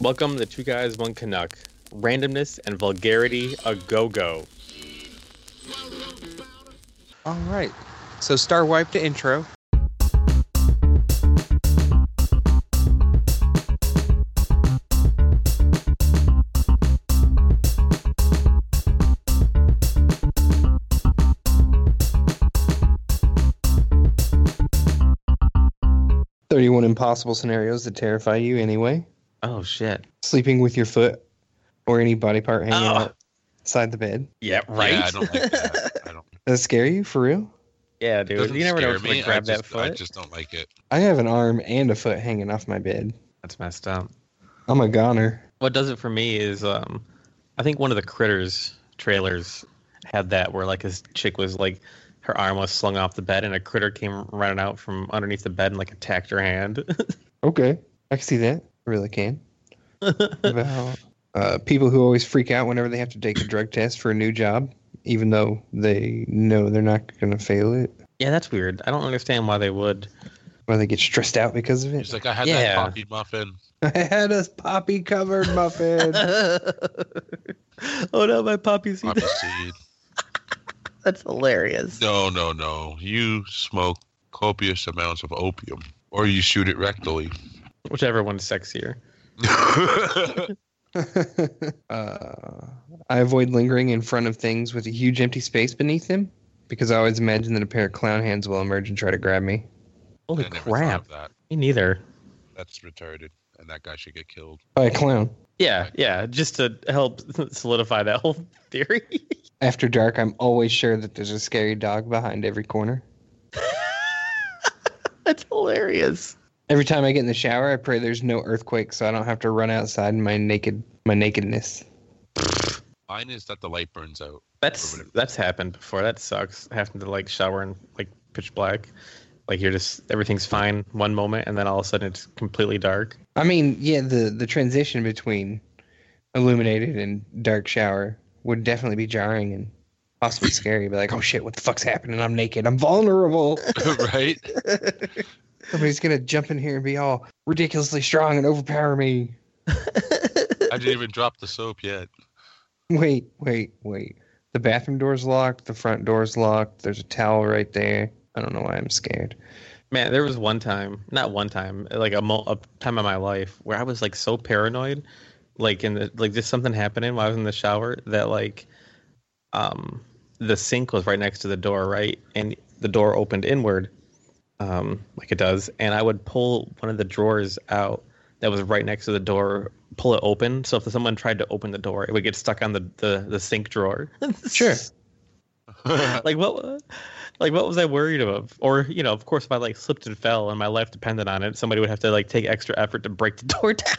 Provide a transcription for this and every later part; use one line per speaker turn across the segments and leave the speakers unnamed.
Welcome to Two Guys One Canuck. Randomness and vulgarity a go go.
All right. So star wipe to intro. Thirty-one impossible scenarios that terrify you anyway.
Oh shit.
Sleeping with your foot or any body part hanging
Oh.
out outside the bed.
Yeah, right.
Yeah, I don't like that. I don't.
Does that scare you for real?
Yeah, dude.
doesn't
You never know
scare
if
me.
to grab
I just,
that foot.
I just don't like it.
I have an arm and a foot hanging off my bed.
That's messed up.
I'm a goner.
What does it for me is, um, I think one of the critters trailers had that where like his chick was like, her arm was slung off the bed and a critter came running out from underneath the bed and like attacked her hand.
Okay. I can see that. I really can. About uh, people who always freak out whenever they have to take a drug test for a new job, even though they know they're not going to fail it,
yeah, that's weird. I don't understand why they would.
or they get stressed out because of
He's
it.
like, I had
Yeah.
that poppy muffin.
I had a poppy covered muffin.
oh no, my poppy's
Poppy seed.
That's hilarious.
No, no, no. You smoke copious amounts of opium, or you shoot it rectally.
Whichever one's sexier.
uh, I avoid lingering in front of things with a huge empty space beneath them because I always imagine that a pair of clown hands will emerge and try to grab me.
Holy
I never thought
crap.
of That.
Me neither.
That's retarded, and that guy should get killed.
By a clown.
Yeah, yeah. Just to help solidify that whole theory.
After dark, I'm always sure that there's a scary dog behind every corner.
That's hilarious.
Every time I get in the shower, I pray there's no earthquake so I don't have to run outside in my naked my nakedness.
Mine is that the light burns out.
That's that's happened before. That sucks. Having to like shower in like pitch black. Like you're just everything's fine one moment and then all of a sudden it's completely dark.
I mean, yeah, the the transition between illuminated and dark shower would definitely be jarring and possibly scary. Be like, oh shit, what the fuck's happening? I'm naked. I'm vulnerable.
right?
Somebody's gonna jump in here and be all ridiculously strong and overpower me.
I didn't even drop the soap yet.
Wait, wait, wait. The bathroom door's locked. The front door's locked. There's a towel right there. I don't know why I'm scared.
Man, there was one time, not one time, like a, mo- a time in my life where I was like so paranoid, like in the, like just something happening while I was in the shower that like, um, the sink was right next to the door, right, and the door opened inward, um, like it does, and I would pull one of the drawers out that was right next to the door, pull it open, so if someone tried to open the door, it would get stuck on the the, the sink drawer.
Sure.
like what like what was i worried about or you know of course if i like slipped and fell and my life depended on it somebody would have to like take extra effort to break the door down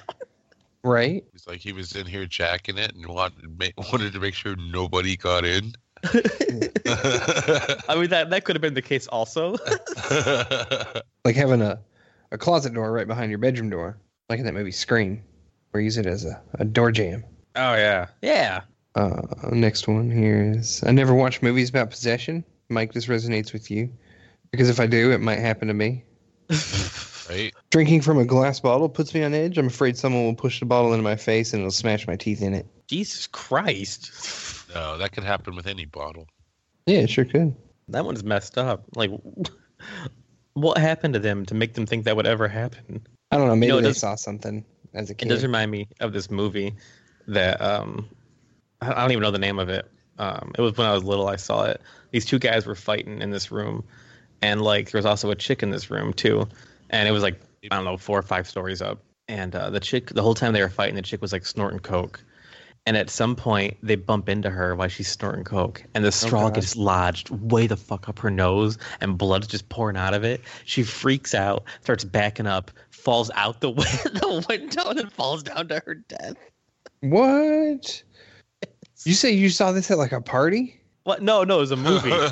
Right?
He's like, he was in here jacking it and wanted, ma- wanted to make sure nobody got in.
i mean that that could have been the case also
Like having a, a closet door right behind your bedroom door. Like in that movie Scream, where you use it as a, a door jam.
oh yeah yeah
Uh, next one here is I never watch movies about possession. Mike, this resonates with you. Because if I do, it might happen to me.
right?
Drinking from a glass bottle puts me on edge. I'm afraid someone will push the bottle into my face and it'll smash my teeth in it.
jesus christ
No, that could happen with any bottle.
Yeah, it sure could.
that one's messed up like what happened to them to make them think that would ever happen
I don't know. Maybe
No, it
they
does-
saw something as a
It
kid.
does remind me of this movie that um, I I don't even know the name of it. Um, it was when I was little. I saw it. These two guys were fighting in this room, and like there was also a chick in this room too, and it was like I don't know four or five stories up. And uh, the chick, the whole time they were fighting, the chick was like snorting coke, and at some point they bump into her while she's snorting coke, and the straw
God.
gets lodged way the fuck up her nose, and blood's just pouring out of it. She freaks out, starts backing up, falls out the, wi- the window, and then falls down to her death.
What? You say you saw this at like a party?
What? No, no, it was a movie,
Oh,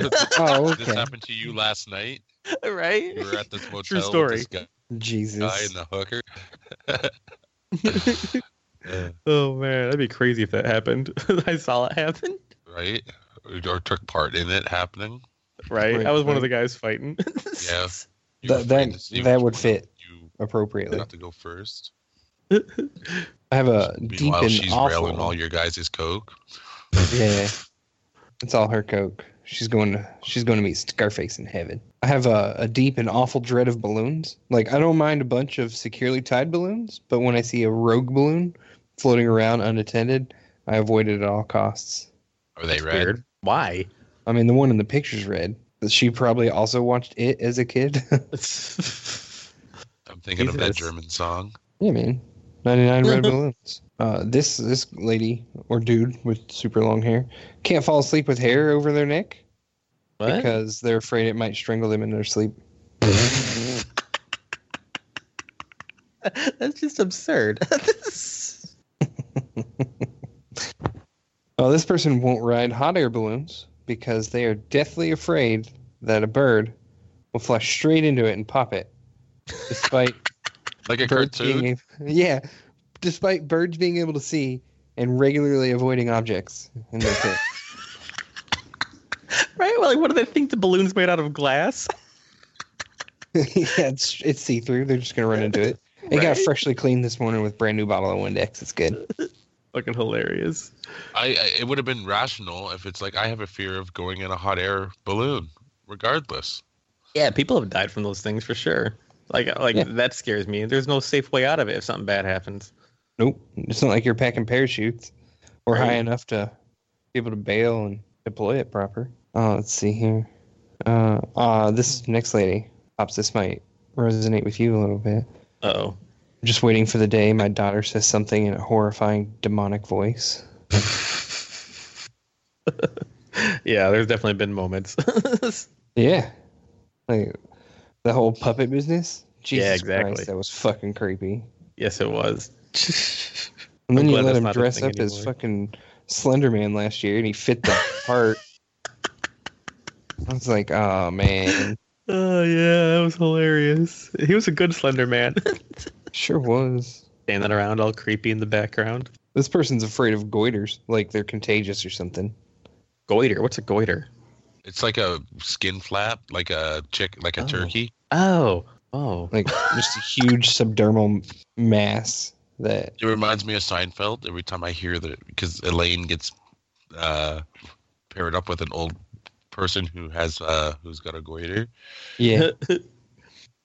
This
okay.
happened to you last night.
right?
You were at this motel
story.
with this guy, guy
Jesus.
and the hooker. Uh, Yeah,
Oh man, that'd be crazy if that happened. I saw it happen.
right? Or took part in it happening.
Right?
Right,
I was one
right.
of the guys fighting.
Yeah. You
That-
were trying
that-
to see
that
which
would
one
fit.
You
Appropriately.
have to go first.
I have a Uh, deep
Meanwhile,
and
she's
awful.
railing all your guys' coke.
Yeah, it's all her coke. She's going to she's going to meet Scarface in heaven. I have a, a deep and awful dread of balloons. Like I don't mind a bunch of securely tied balloons, but when I see a rogue balloon floating around unattended, I avoid it at all costs.
Are they
That's
red?
weird. Why?
I mean, the one in the picture's red. But she probably also watched it as a kid.
I'm thinking of that
Jesus.
German song.
yeah, man. Ninety nine red balloons. Uh, this this lady or dude with super long hair can't fall asleep with hair over their neck.
what?
because they're afraid it might strangle them in their sleep.
That's just absurd.
Oh, this person won't ride hot air balloons because they are deathly afraid that a bird will fly straight into it and pop it. Despite
Like a
birds
cartoon.
being ab- yeah, despite birds being able to see and regularly avoiding objects in their pit.
right? Well, like, what do they think the balloon's made out of glass?
yeah, it's it's see through. They're just gonna run into it. It got
Right?
freshly cleaned this morning with brand new bottle of Windex. It's good.
Fucking hilarious.
I, I it would have been rational if it's like I have a fear of going in a hot air balloon, regardless.
Yeah, people have died from those things for sure. Like, like
Yeah.
that scares me. There's no safe way out of it if something bad happens.
Nope, it's not like you're packing parachutes or high
Right.
enough to be able to bail and deploy it proper. Oh, let's see here. Uh, uh, this next lady, pops, this might resonate with you a little bit.
Oh,
Just waiting for the day my daughter says something in a horrifying demonic voice.
yeah. There's definitely been moments.
Yeah, like the whole puppet business. Jesus
exactly.
Christ, that was fucking creepy.
yes, it was.
And then
I'm
you
glad
let
that's
him
not a
dress
thing
up as
anymore.
fucking Slender Man last year, and he fit the part. I was like, oh man,
Oh yeah, that was hilarious. He was a good slender man.
sure was.
Standing around all creepy in the background.
This person's afraid of goiters, like they're contagious or something.
Goiter. What's a goiter?
It's like a skin flap, like a chick, like a
Oh.
turkey.
Oh, oh.
Like just a huge subdermal mass that
It reminds me of Seinfeld every time I hear that because Elaine gets uh, paired up with an old person who has uh, who's got a goiter,
yeah.
and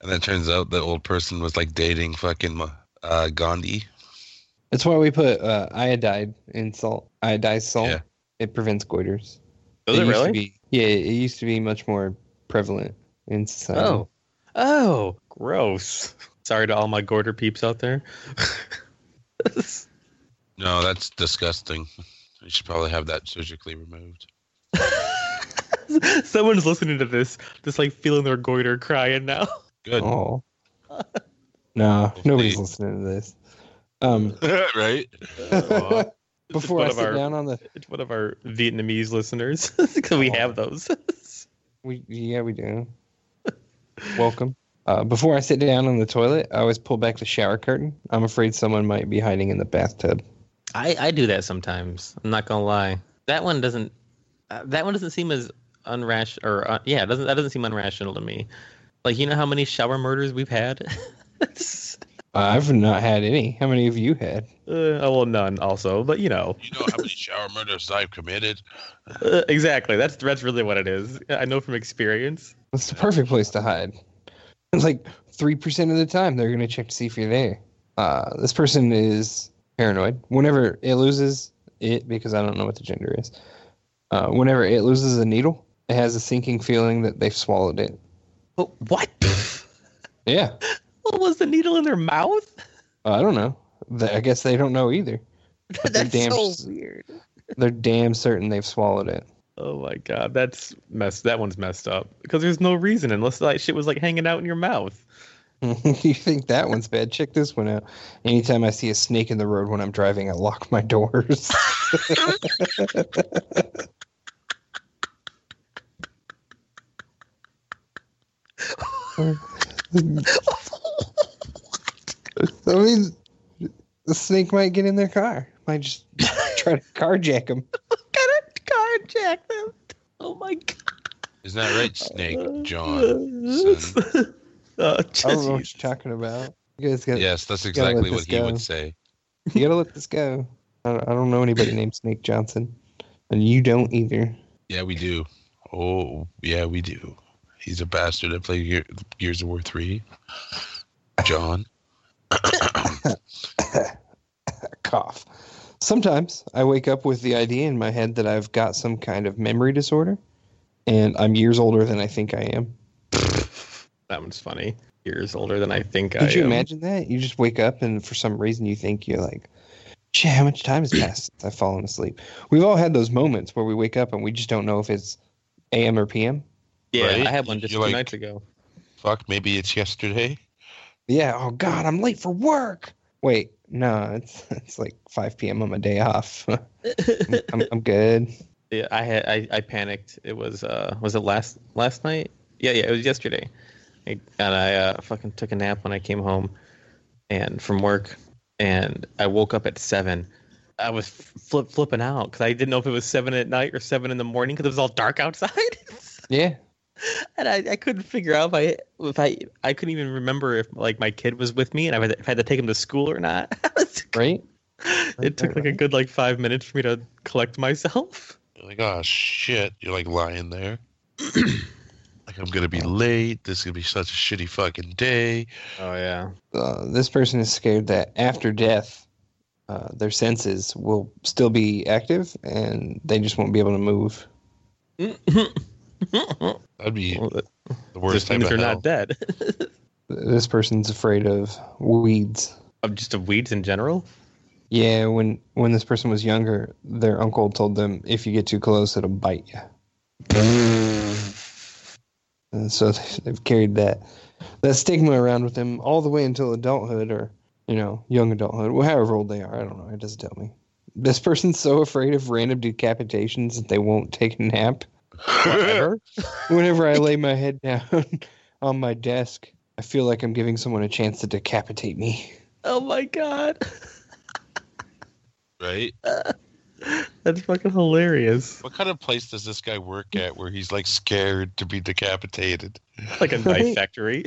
then it turns out the old person was like dating fucking uh, Gandhi.
That's why we put uh, iodide in salt. Iodized salt.
Yeah.
It prevents goiters.
Does it
used to
really?
be- yeah, it used to be much more prevalent in society.
Oh, oh, gross. Sorry to all my goiter peeps out there.
No, that's disgusting. You should probably have that surgically removed.
Someone's listening to this, just like feeling their goiter crying now.
Good,
Oh. no, nobody's
Please.
listening to this. Um,
right?
before I
one of
sit
our-
down on the,
It's one of our Vietnamese listeners because we
Oh.
have those.
we yeah we do. Welcome. Uh, before I sit down on the toilet, I always pull back the shower curtain. I'm afraid someone might be hiding in the bathtub.
I I do that sometimes. I'm not gonna lie. That one doesn't. Uh, that one doesn't seem as unrash or uh, yeah, it doesn't that doesn't seem unrational to me. Like you know how many shower murders we've had.
I've not had any. How many of you had?
Uh, oh, well, none also, but you know,
You know how many shower murders I've committed?
uh, exactly. That's that's really what it is. I know from experience.
That's the perfect place to hide. It's like three percent of the time they're gonna check to see if you're there. Uh, this person is paranoid. Whenever it loses it, because I don't know what the gender is. Uh, whenever it loses a needle, it has a sinking feeling that they've swallowed it.
But what?
Yeah, uh,
was the needle in their mouth?
I don't know. Th- I guess they don't know either. But they're
That's
damn,
so weird.
they're damn certain they've swallowed it.
Oh my god, that's messed. That one's messed up because there's no reason unless that shit was like hanging out in your mouth.
you think that one's bad? Check this one out. Anytime I see a snake in the road when I'm driving, I lock my doors. I mean, the snake might get in their car. Might just try to carjack them.
Gotta carjack them.
Oh my god.
Isn't that right, Snake John?
Uh, uh,
I don't know what
Jesus.
you're talking about. You guys got.
Yes, that's
gotta let
exactly what
this
he
go.
would say.
You gotta let this go. I don't, I don't know anybody named Snake Johnson, and you don't either.
Yeah, we do. Oh, yeah, we do. He's a bastard that played Gear- Gears of War 3. John.
Cough. Sometimes I wake up with the idea in my head that I've got some kind of memory disorder, and I'm years older than I think I am.
That one's funny. Years older than I think I
Could you
am.
imagine that? You just wake up and for some reason you think you're like, "Shit, how much time has passed since I've fallen asleep?" We've all had those moments where we wake up and we just don't know if it's a.m. or p.m.
Yeah,
Right?
I had one just
You're
two
like-
nights ago.
Fuck, maybe it's yesterday.
Yeah. Oh God, I'm late for work. Wait, no, it's it's like 5 p.m. on my day off. I'm, I'm good.
Yeah, I had I, I panicked. It was uh was it last last night? Yeah, yeah, it was yesterday. I, and I uh, fucking took a nap when I came home and from work and I woke up at 7. I was flip flipping out cuz I didn't know if it was 7 at night or 7 in the morning cuz it was all dark outside.
Yeah.
and I, I couldn't figure out if I if I I couldn't even remember if like my kid was with me and I had, if I had to take him to school or not.
Right.
it took like a good like 5 minutes for me to collect myself.
You're like, oh, shit. You're like lying there. like, I'm going to be late. This is going to be such a shitty fucking day.
Oh yeah.
Uh, this person is scared that after death, uh, their senses will still be active and they just won't be able to move.
That'd be
Well, that
the worst
just
type
means
of
they're
hell.
not dead.
This person's afraid of weeds.
of just of weeds in general.
Yeah, when when this person was younger, their uncle told them if you get too close, it'll bite you. and so they've carried that that stigma around with them all the way until adulthood, or you know, young adulthood, well, however old they are. I don't know. It doesn't tell me. This person's so afraid of random decapitations that they won't take a nap. Whatever. Whenever I lay my head down on my desk, I feel like I'm giving someone a chance to decapitate me.
Oh my god,
right?
that's fucking hilarious!
What kind of place does this guy work at where he's like scared to be decapitated?
Like a knife factory.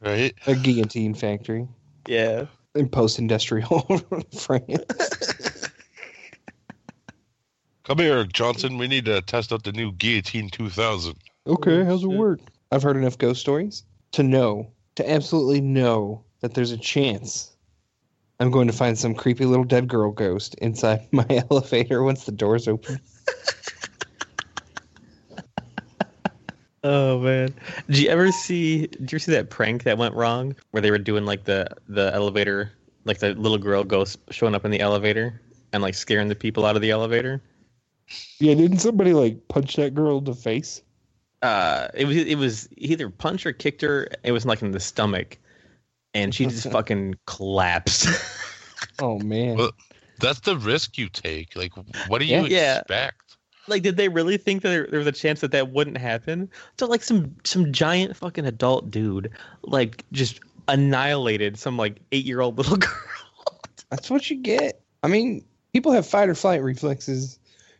Right?
A guillotine factory.
yeah,
in post-industrial France.
Come here, Johnson. We need to test out the new Guillotine 2000.
Okay,
Oh,
how's it
shit.
work? I've heard enough ghost stories to know, to absolutely know that there's a chance I'm going to find some creepy little dead girl ghost inside my elevator once the doors open.
Oh man, did you ever see? Did you ever see that prank that went wrong where they were doing like the the elevator, like the little girl ghost showing up in the elevator and like scaring the people out of the elevator?
Yeah, didn't somebody like punch that girl in the face?
Uh, it was it was either punched or kicked her. It was like in the stomach, and she just fucking collapsed.
Oh man.
Well- That's the risk you take. Like, what do
Yeah.
you
Yeah.
expect?
like did they really think that there, there was a chance that that wouldn't happen so like some some giant fucking adult dude like just annihilated some like eight year old little girl
That's what you get. I mean, people have fight or flight reflexes.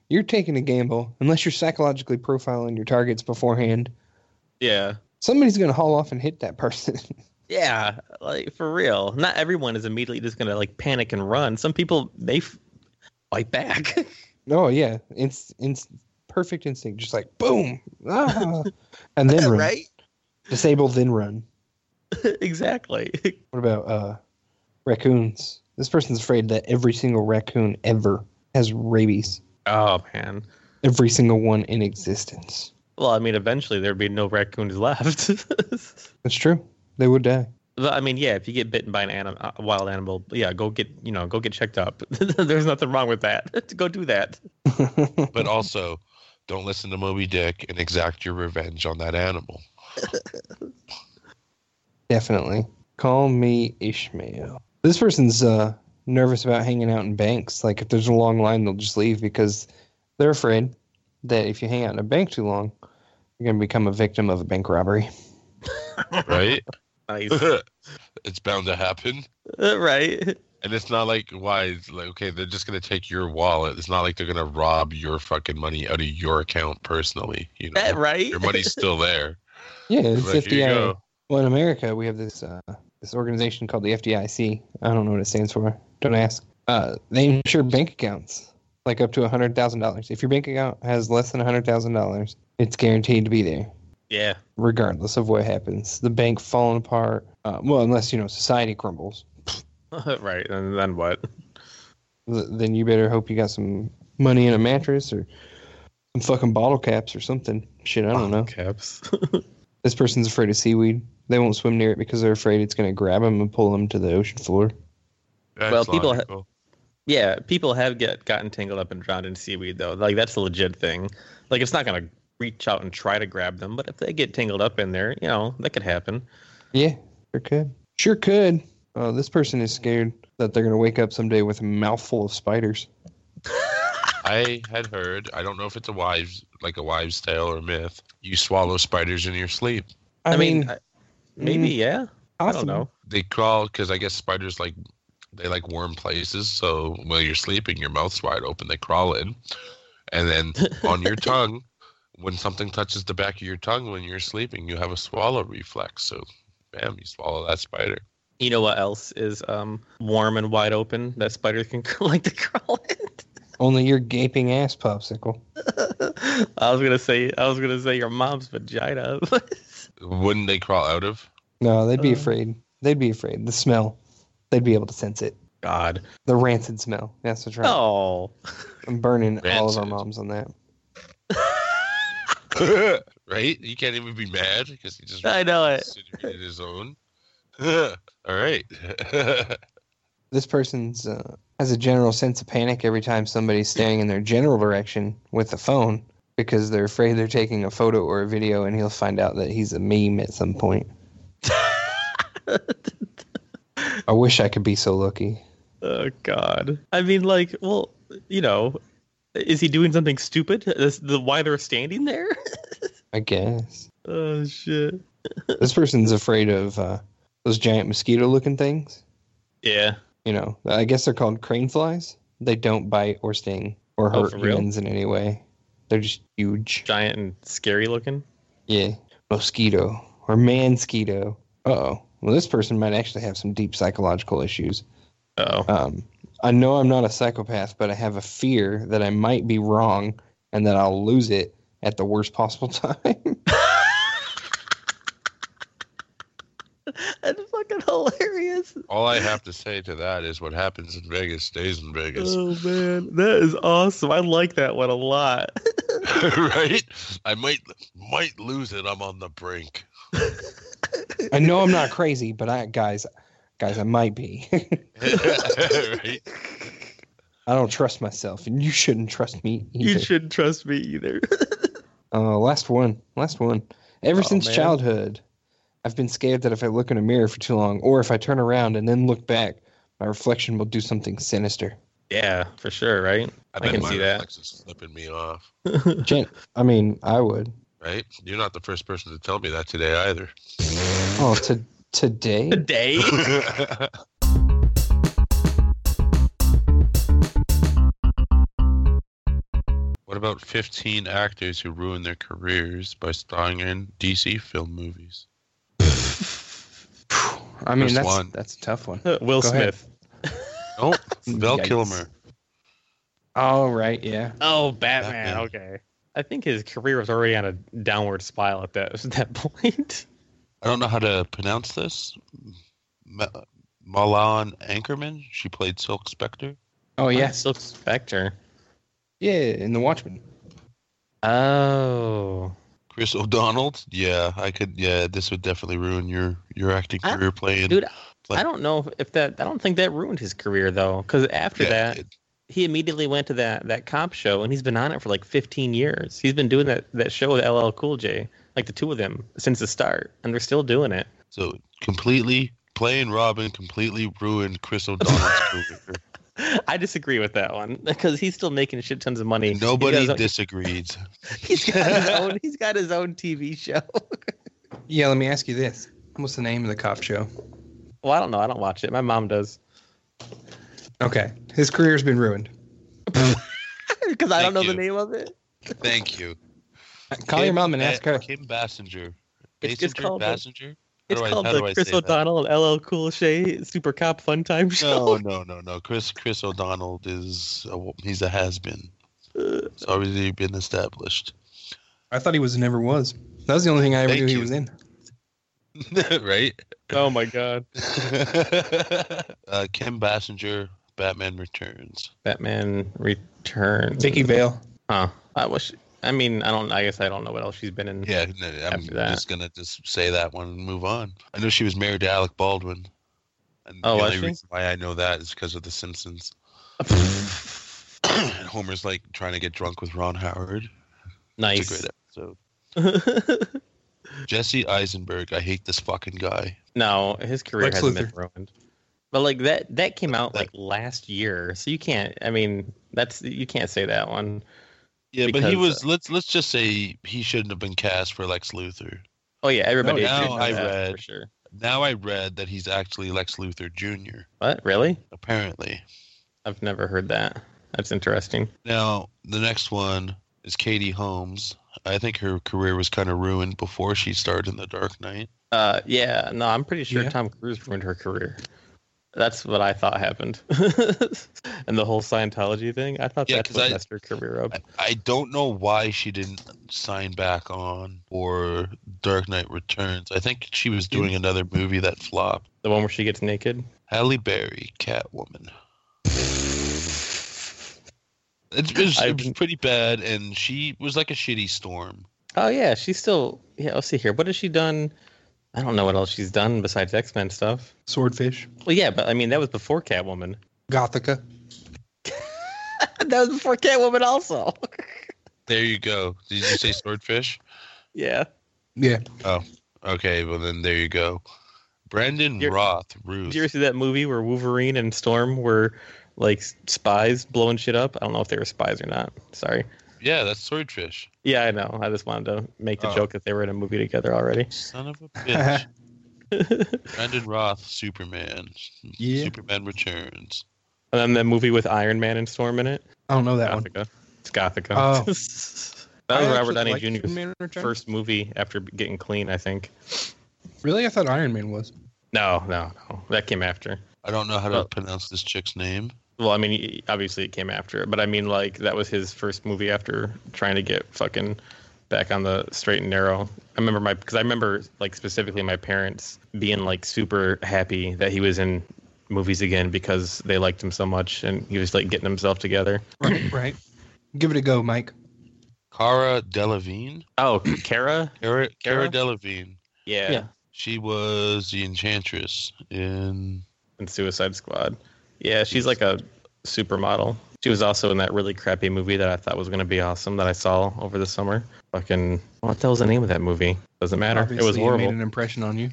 You're taking a gamble unless you're psychologically profiling your targets beforehand.
yeah
Somebody's going to haul off and hit that person.
yeah like for real not everyone is immediately just gonna like panic and run some people they f- fight back
Oh yeah, it's it's perfect instinct, just like boom, ah, and then run. Disable then run.
exactly
What about uh, raccoons? This person's afraid that every single raccoon ever has rabies.
oh man
Every single one in existence.
well i mean eventually there'd be no raccoons left
That's true. They would die.
But, I mean, yeah, if you get bitten by an anim- a wild animal, yeah, go get you know go get checked up. There's nothing wrong with that. go do that.
But also, don't listen to Moby Dick and exact your revenge on that animal.
Definitely. Call me Ishmael. This person's uh, nervous about hanging out in banks. Like, if there's a long line, they'll just leave because they're afraid that if you hang out in a bank too long, you're going to become a victim of a bank robbery.
Right?
Nice.
it's bound to happen.
right?
And it's not like why it's like okay, they're just gonna take your wallet. It's not like they're gonna rob your fucking money out of your account personally. You know,
right?
your money's still there.
Yeah, it's
Like, here you
FBI.
go.
Well, in America, we have this uh, this organization called the FDIC. I don't know what it stands for. Don't ask. Uh, they insure bank accounts like up to hundred thousand dollars. If your bank account has less than hundred thousand dollars, it's guaranteed to be there,
Yeah.
regardless of what happens. The bank falling apart. Uh, well, unless you know society crumbles,
right. And then what?
th- then you better hope you got some money in a mattress or some fucking bottle caps or something. Shit, I don't know.
Caps.
This person's afraid of seaweed. They won't swim near it because they're afraid it's going to grab them and pull them to the ocean floor.
That's
Well, people ha-
logical.
yeah. People have get gotten tangled up and drowned in seaweed though. Like that's a legit thing. Like it's not gonna reach out and try to grab them, but if they get tangled up in there, you know that could happen.
Yeah, sure could. Sure could. Uh, this person is scared that they're going to wake up someday with a mouthful of spiders.
I had heard. I don't know if it's a wives like a wives' tale or myth. You swallow spiders in your sleep.
I, mean, mm-hmm. I- maybe yeah. I don't
possible.
know.
They crawl because I guess spiders like they like warm places. So while you're sleeping, your mouth's wide open. They crawl in, and then on your tongue, when something touches the back of your tongue when you're sleeping, you have a swallow reflex. So, bam, you swallow that spider.
You know what else is um warm and wide open that spiders can like to crawl in?
Only your gaping ass popsicle.
I was gonna say I was gonna say your mom's vagina.
Wouldn't they crawl out of?
No, they'd be
Uh.
afraid. They'd be afraid. The smell. They'd be able to sense it.
God.
The rancid smell. That's what's right.
Oh.
I'm burning all of our
Rancid.
moms on that.
right? You can't even be mad because he just
I know it.
considered it his own. All right.
This person's uh, has a general sense of panic every time somebody's staring in their general direction with a phone because they're afraid they're taking a photo or a video and he'll find out that he's a meme at some point. I wish I could be so lucky.
Oh God. I mean, like, well, you know, is he doing something stupid? That's the why they're standing there.
I guess
Oh shit.
this person's afraid of uh, those giant mosquito-looking things.
Yeah.
You know, I guess they're called crane flies. They don't bite or sting or
Oh,
hurt
for real?
humans in any way. They're just huge.
Giant and scary looking.
Yeah. Mosquito or mansquito. Uh oh. Well, this person might actually have some deep psychological issues.
Oh.
Um, I know I'm not a psychopath, but I have a fear that I might be wrong and that I'll lose it at the worst possible time.
That's fucking hilarious.
All I have to say to that is what happens in Vegas stays in Vegas.
Oh man, that is awesome. I like that one a lot.
right? I might might lose it. I'm on the brink.
I know I'm not crazy, but I guys, guys, I might be.
right?
I don't trust myself, and you shouldn't trust me
You
either.
shouldn't trust me either.
uh, last one, last one. Ever
Oh,
since
man.
childhood, I've been scared that if I look in a mirror for too long, or if I turn around and then look back, my reflection will do something sinister.
yeah, for sure, right?
I,
can see that.
Is slipping me off.
Jen, I mean, I would.
Right? You're not the first person to tell me that today either.
Oh, to today.
Today.
what about 15 actors who ruined their careers by starring in DC film movies?
I mean,
First
that's
one.
that's a tough one.
Will
Go ahead.
Smith.
Nope. Val
Yikes.
Kilmer.
All right, yeah.
Oh, Batman.
Batman.
Okay. I think his career was already on a downward spiral at that at that point.
I don't know how to pronounce this. Ma- Malan Ankerman. She played Silk Spectre.
Oh yeah,
Silk Spectre.
yeah. In the Watchmen.
Oh.
Chris O'Donnell. Yeah, I could. Yeah, this would definitely ruin your your acting
Ah,
I don't-
career playing.
dude,
But-
I don't know if- if that. I don't think that ruined his career though, because after
Yeah,
that,
it-
he immediately went to that that cop show, and he's been on it for like 15 years. He's been doing that that show with LL Cool J, like the two of them, since the start, and they're still doing it.
so completely playing Robin completely ruined Chris O'Donnell's career.
I disagree with that one because he's still making shit tons of money. He's got
Nobody
his own-
disagreed.
he's got his own. He's got his own TV show.
Yeah. Let me ask you this. What's the name of the cop show?
Well, I don't know. I don't watch it. My mom does.
Okay, his career's been ruined.
Because I don't
Thank
know the
you.
name of it.
Thank you.
Call your mom and ask her.
Kim Bassinger.
It's- it's
Basinger,
called a-
Bassinger.
It's
do I-
called
how do I
the Chris
say that?
O'Donnell and LL Cool Shay Super Cop Fun Time Show.
No, no, no, no. Chris Chris O'Donnell is a, he's a has been.
Uh,
It's already been established,
I thought he was never was. That was the only thing I ever
Thank
knew he
you.
was in.
right?
oh my god.
uh, Kim Bassinger, Batman Returns.
Batman Returns.
Vicky Vale.
Huh. I wish. I mean, I don't. I guess I don't know what else she's been in.
Yeah, no, I'm
After that.
just gonna just say that one and move on. I know she was married to Alec Baldwin. And
Oh,
the
was
only
she?
reason why I know that is because of The Simpsons. and Homer's like trying to get drunk with Ron Howard. It's a
nice.
great episode. Jesse Eisenberg, I hate this fucking guy.
no, his career
Lex
hasn't been ruined. But like that, that came out
That-
like last year, so you can't. I mean, that's you can't say that one.
Yeah, but he
Because,
was. uh, let's let's just say he shouldn't have been cast for Lex Luthor.
Oh yeah, everybody.
now
agrees on
I
that for
read-
sure.
Now I read that he's actually Lex Luthor Jr.
What really?
Apparently.
I've never heard that. That's interesting.
Now, the next one is Katie Holmes. I think her career was kind of ruined before she starred in The Dark Knight.
Uh, yeah, no, I'm pretty sure
Yeah.
Tom Cruise ruined her career. That's what I thought happened, and the whole Scientology thing. I thought
Yeah,
that's
'cause
what
I-
messed her career up.
I, I don't know why she didn't sign back on for Dark Knight Returns. I think she was
Hmm.
doing another movie that flopped.
the one where she gets naked.
Halle Berry, Catwoman. It's, it, was, it was
I've-
pretty bad, and she was like a shitty storm.
Oh yeah, she's still. Yeah, let's see here. What has she done? I don't know what else she's done besides X Men stuff.
Swordfish.
Well, yeah, but I mean that was before Catwoman.
Gothica.
that was before Catwoman, also.
There you go. Did you say Swordfish?
yeah.
Yeah.
Okay, well then there you go. Brandon
You're-
Roth, Ruth.
Did you ever see that movie where Wolverine and Storm were like s- spies blowing shit up? I don't know if they were spies or not. Sorry.
Yeah, that's Swordfish.
Yeah, I know. I just wanted to make the
Oh.
joke that they were in a movie together already.
Son of a bitch. Brandon Roth, Superman.
Yeah.
Superman Returns.
And then the movie with Iron Man and Storm in it.
I don't know that one.
Gothica. It's Gothica.
Oh.
that was Robert Downey Jr.'s first movie after getting clean, I think.
Really, I thought Iron Man was.
No, no, no. That came after.
I don't know how to
Well-
pronounce this chick's name.
Well, I mean, y- obviously it came after, but I mean, like that was his first movie after trying to get fucking back on the straight and narrow. I remember my because I remember like specifically my parents being like super happy that he was in movies again because they liked him so much and he was like getting himself together.
Right. right. Give it a go, Mike.
Cara Delevingne.
Oh, Kara.
Cara, Cara
Cara?
Delevingne.
Yeah.
Yeah.
She was the Enchantress in.
In Suicide Squad. Yeah, she's like a supermodel. She was also in that really crappy movie that I thought was going to be awesome that I saw over the summer. Fucking what the hell was the name of that movie? Doesn't matter. it was
Obviously,
horrible.
made an impression on you.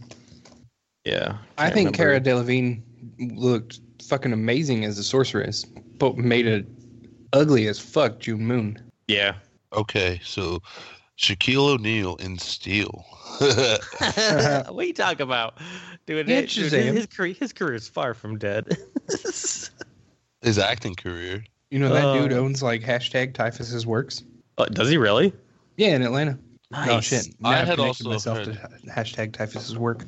Yeah.
I
can't
think Cara
remember.
Delevingne looked fucking amazing as a sorceress, but made it ugly as fuck June Moon.
Yeah.
Okay, so Shaquille O'Neal in Steel.
what are you talking about? Dude,
Yeah,
it- dude,
Shazam.
his, career, his career is far from dead.
His acting career.
You know that
Oh.
dude owns like hashtag Typhus's works.
Oh, Does he really?
Yeah, in Atlanta. Oh
Nice.
shit! Now
I
I have
had
connected
also
myself
heard-
to ha- hashtag Typhus's work.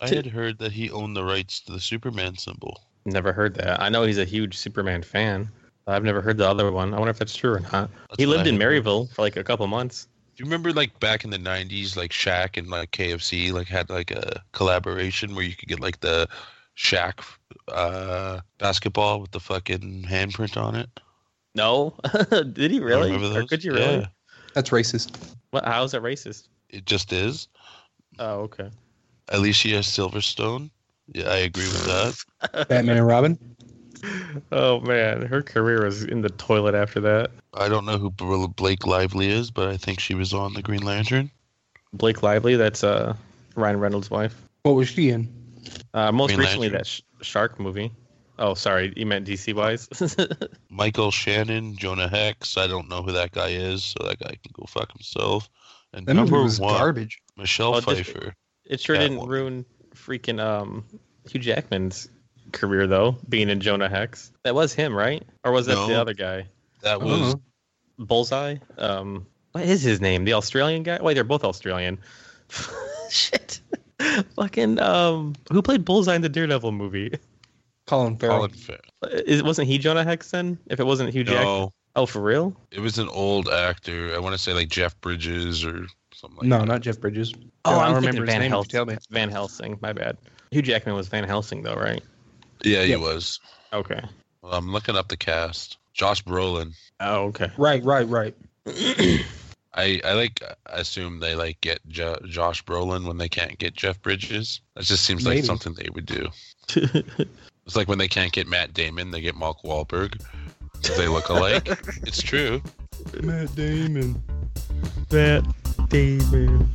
I
Ti-
had heard that he owned the rights to the Superman symbol.
Never heard that. I know he's a huge Superman fan. but I've never heard the other one. I wonder if that's true or not.
That's
He
what I
lived in
had heard.
Maryville for like a couple months.
Do you remember like back in the '90s, like Shaq and like KFC like had like a collaboration where you could get like the Shaq uh, basketball with the fucking handprint on it?
No, did he
You
really?
remember
Or
those?
could you really?
Yeah,
That's racist.
What? How is that racist?
it just is.
Oh, okay.
Alicia Silverstone. Yeah, I agree with that.
Batman and Robin.
Oh man, her career was in the toilet after that.
I don't know who Br- Blake Lively is, but I think she was on the Green Lantern.
Blake Lively, that's uh Ryan Reynolds' wife.
What was she in?
Uh, most
Green
recently,
Lantern.
that sh- shark movie. Oh, sorry, you meant DC wise.
Michael Shannon, Jonah Hex. I don't know who that guy is, so that guy can go fuck himself. And
That
number
movie
one,
was garbage.
Michelle
Oh, this-
Pfeiffer.
it sure didn't
Catwoman.
ruin freaking um Hugh Jackman's career though, being in Jonah Hex. That was him, right? Or was that the
No.
other guy?
That
I don't
was
know.
Bullseye. Um, what is his name? The Australian guy? Wait, they're both Australian. Shit. Fucking um, who played Bullseye in the Daredevil movie?
Colin Farrell.
Colin Farrell.
Is, wasn't he Jonah Hex then? If it wasn't Hugh Jackman?
No,
Oh, for real?
it was an old actor. I want to say like Jeff Bridges or something like uh,
no,
that.
not Jeff Bridges.
Oh,
Yeah, I
I'm thinking
remember his
Van
name if you tell
Helsing.
me.
Van Helsing. My bad. Hugh Jackman was Van Helsing though, right?
Yeah, he
Yeah.
was.
Okay.
Well, I'm looking up the cast. Josh Brolin.
Oh, okay.
Right, right, right.
I, I like assume they like get jo- Josh Brolin when they can't get Jeff Bridges. That just seems like
Maybe.
something they would do. It's like when they can't get Matt Damon, they get Mark Wahlberg. 'Cause They look alike. it's true.
Matt Damon.
Matt Damon.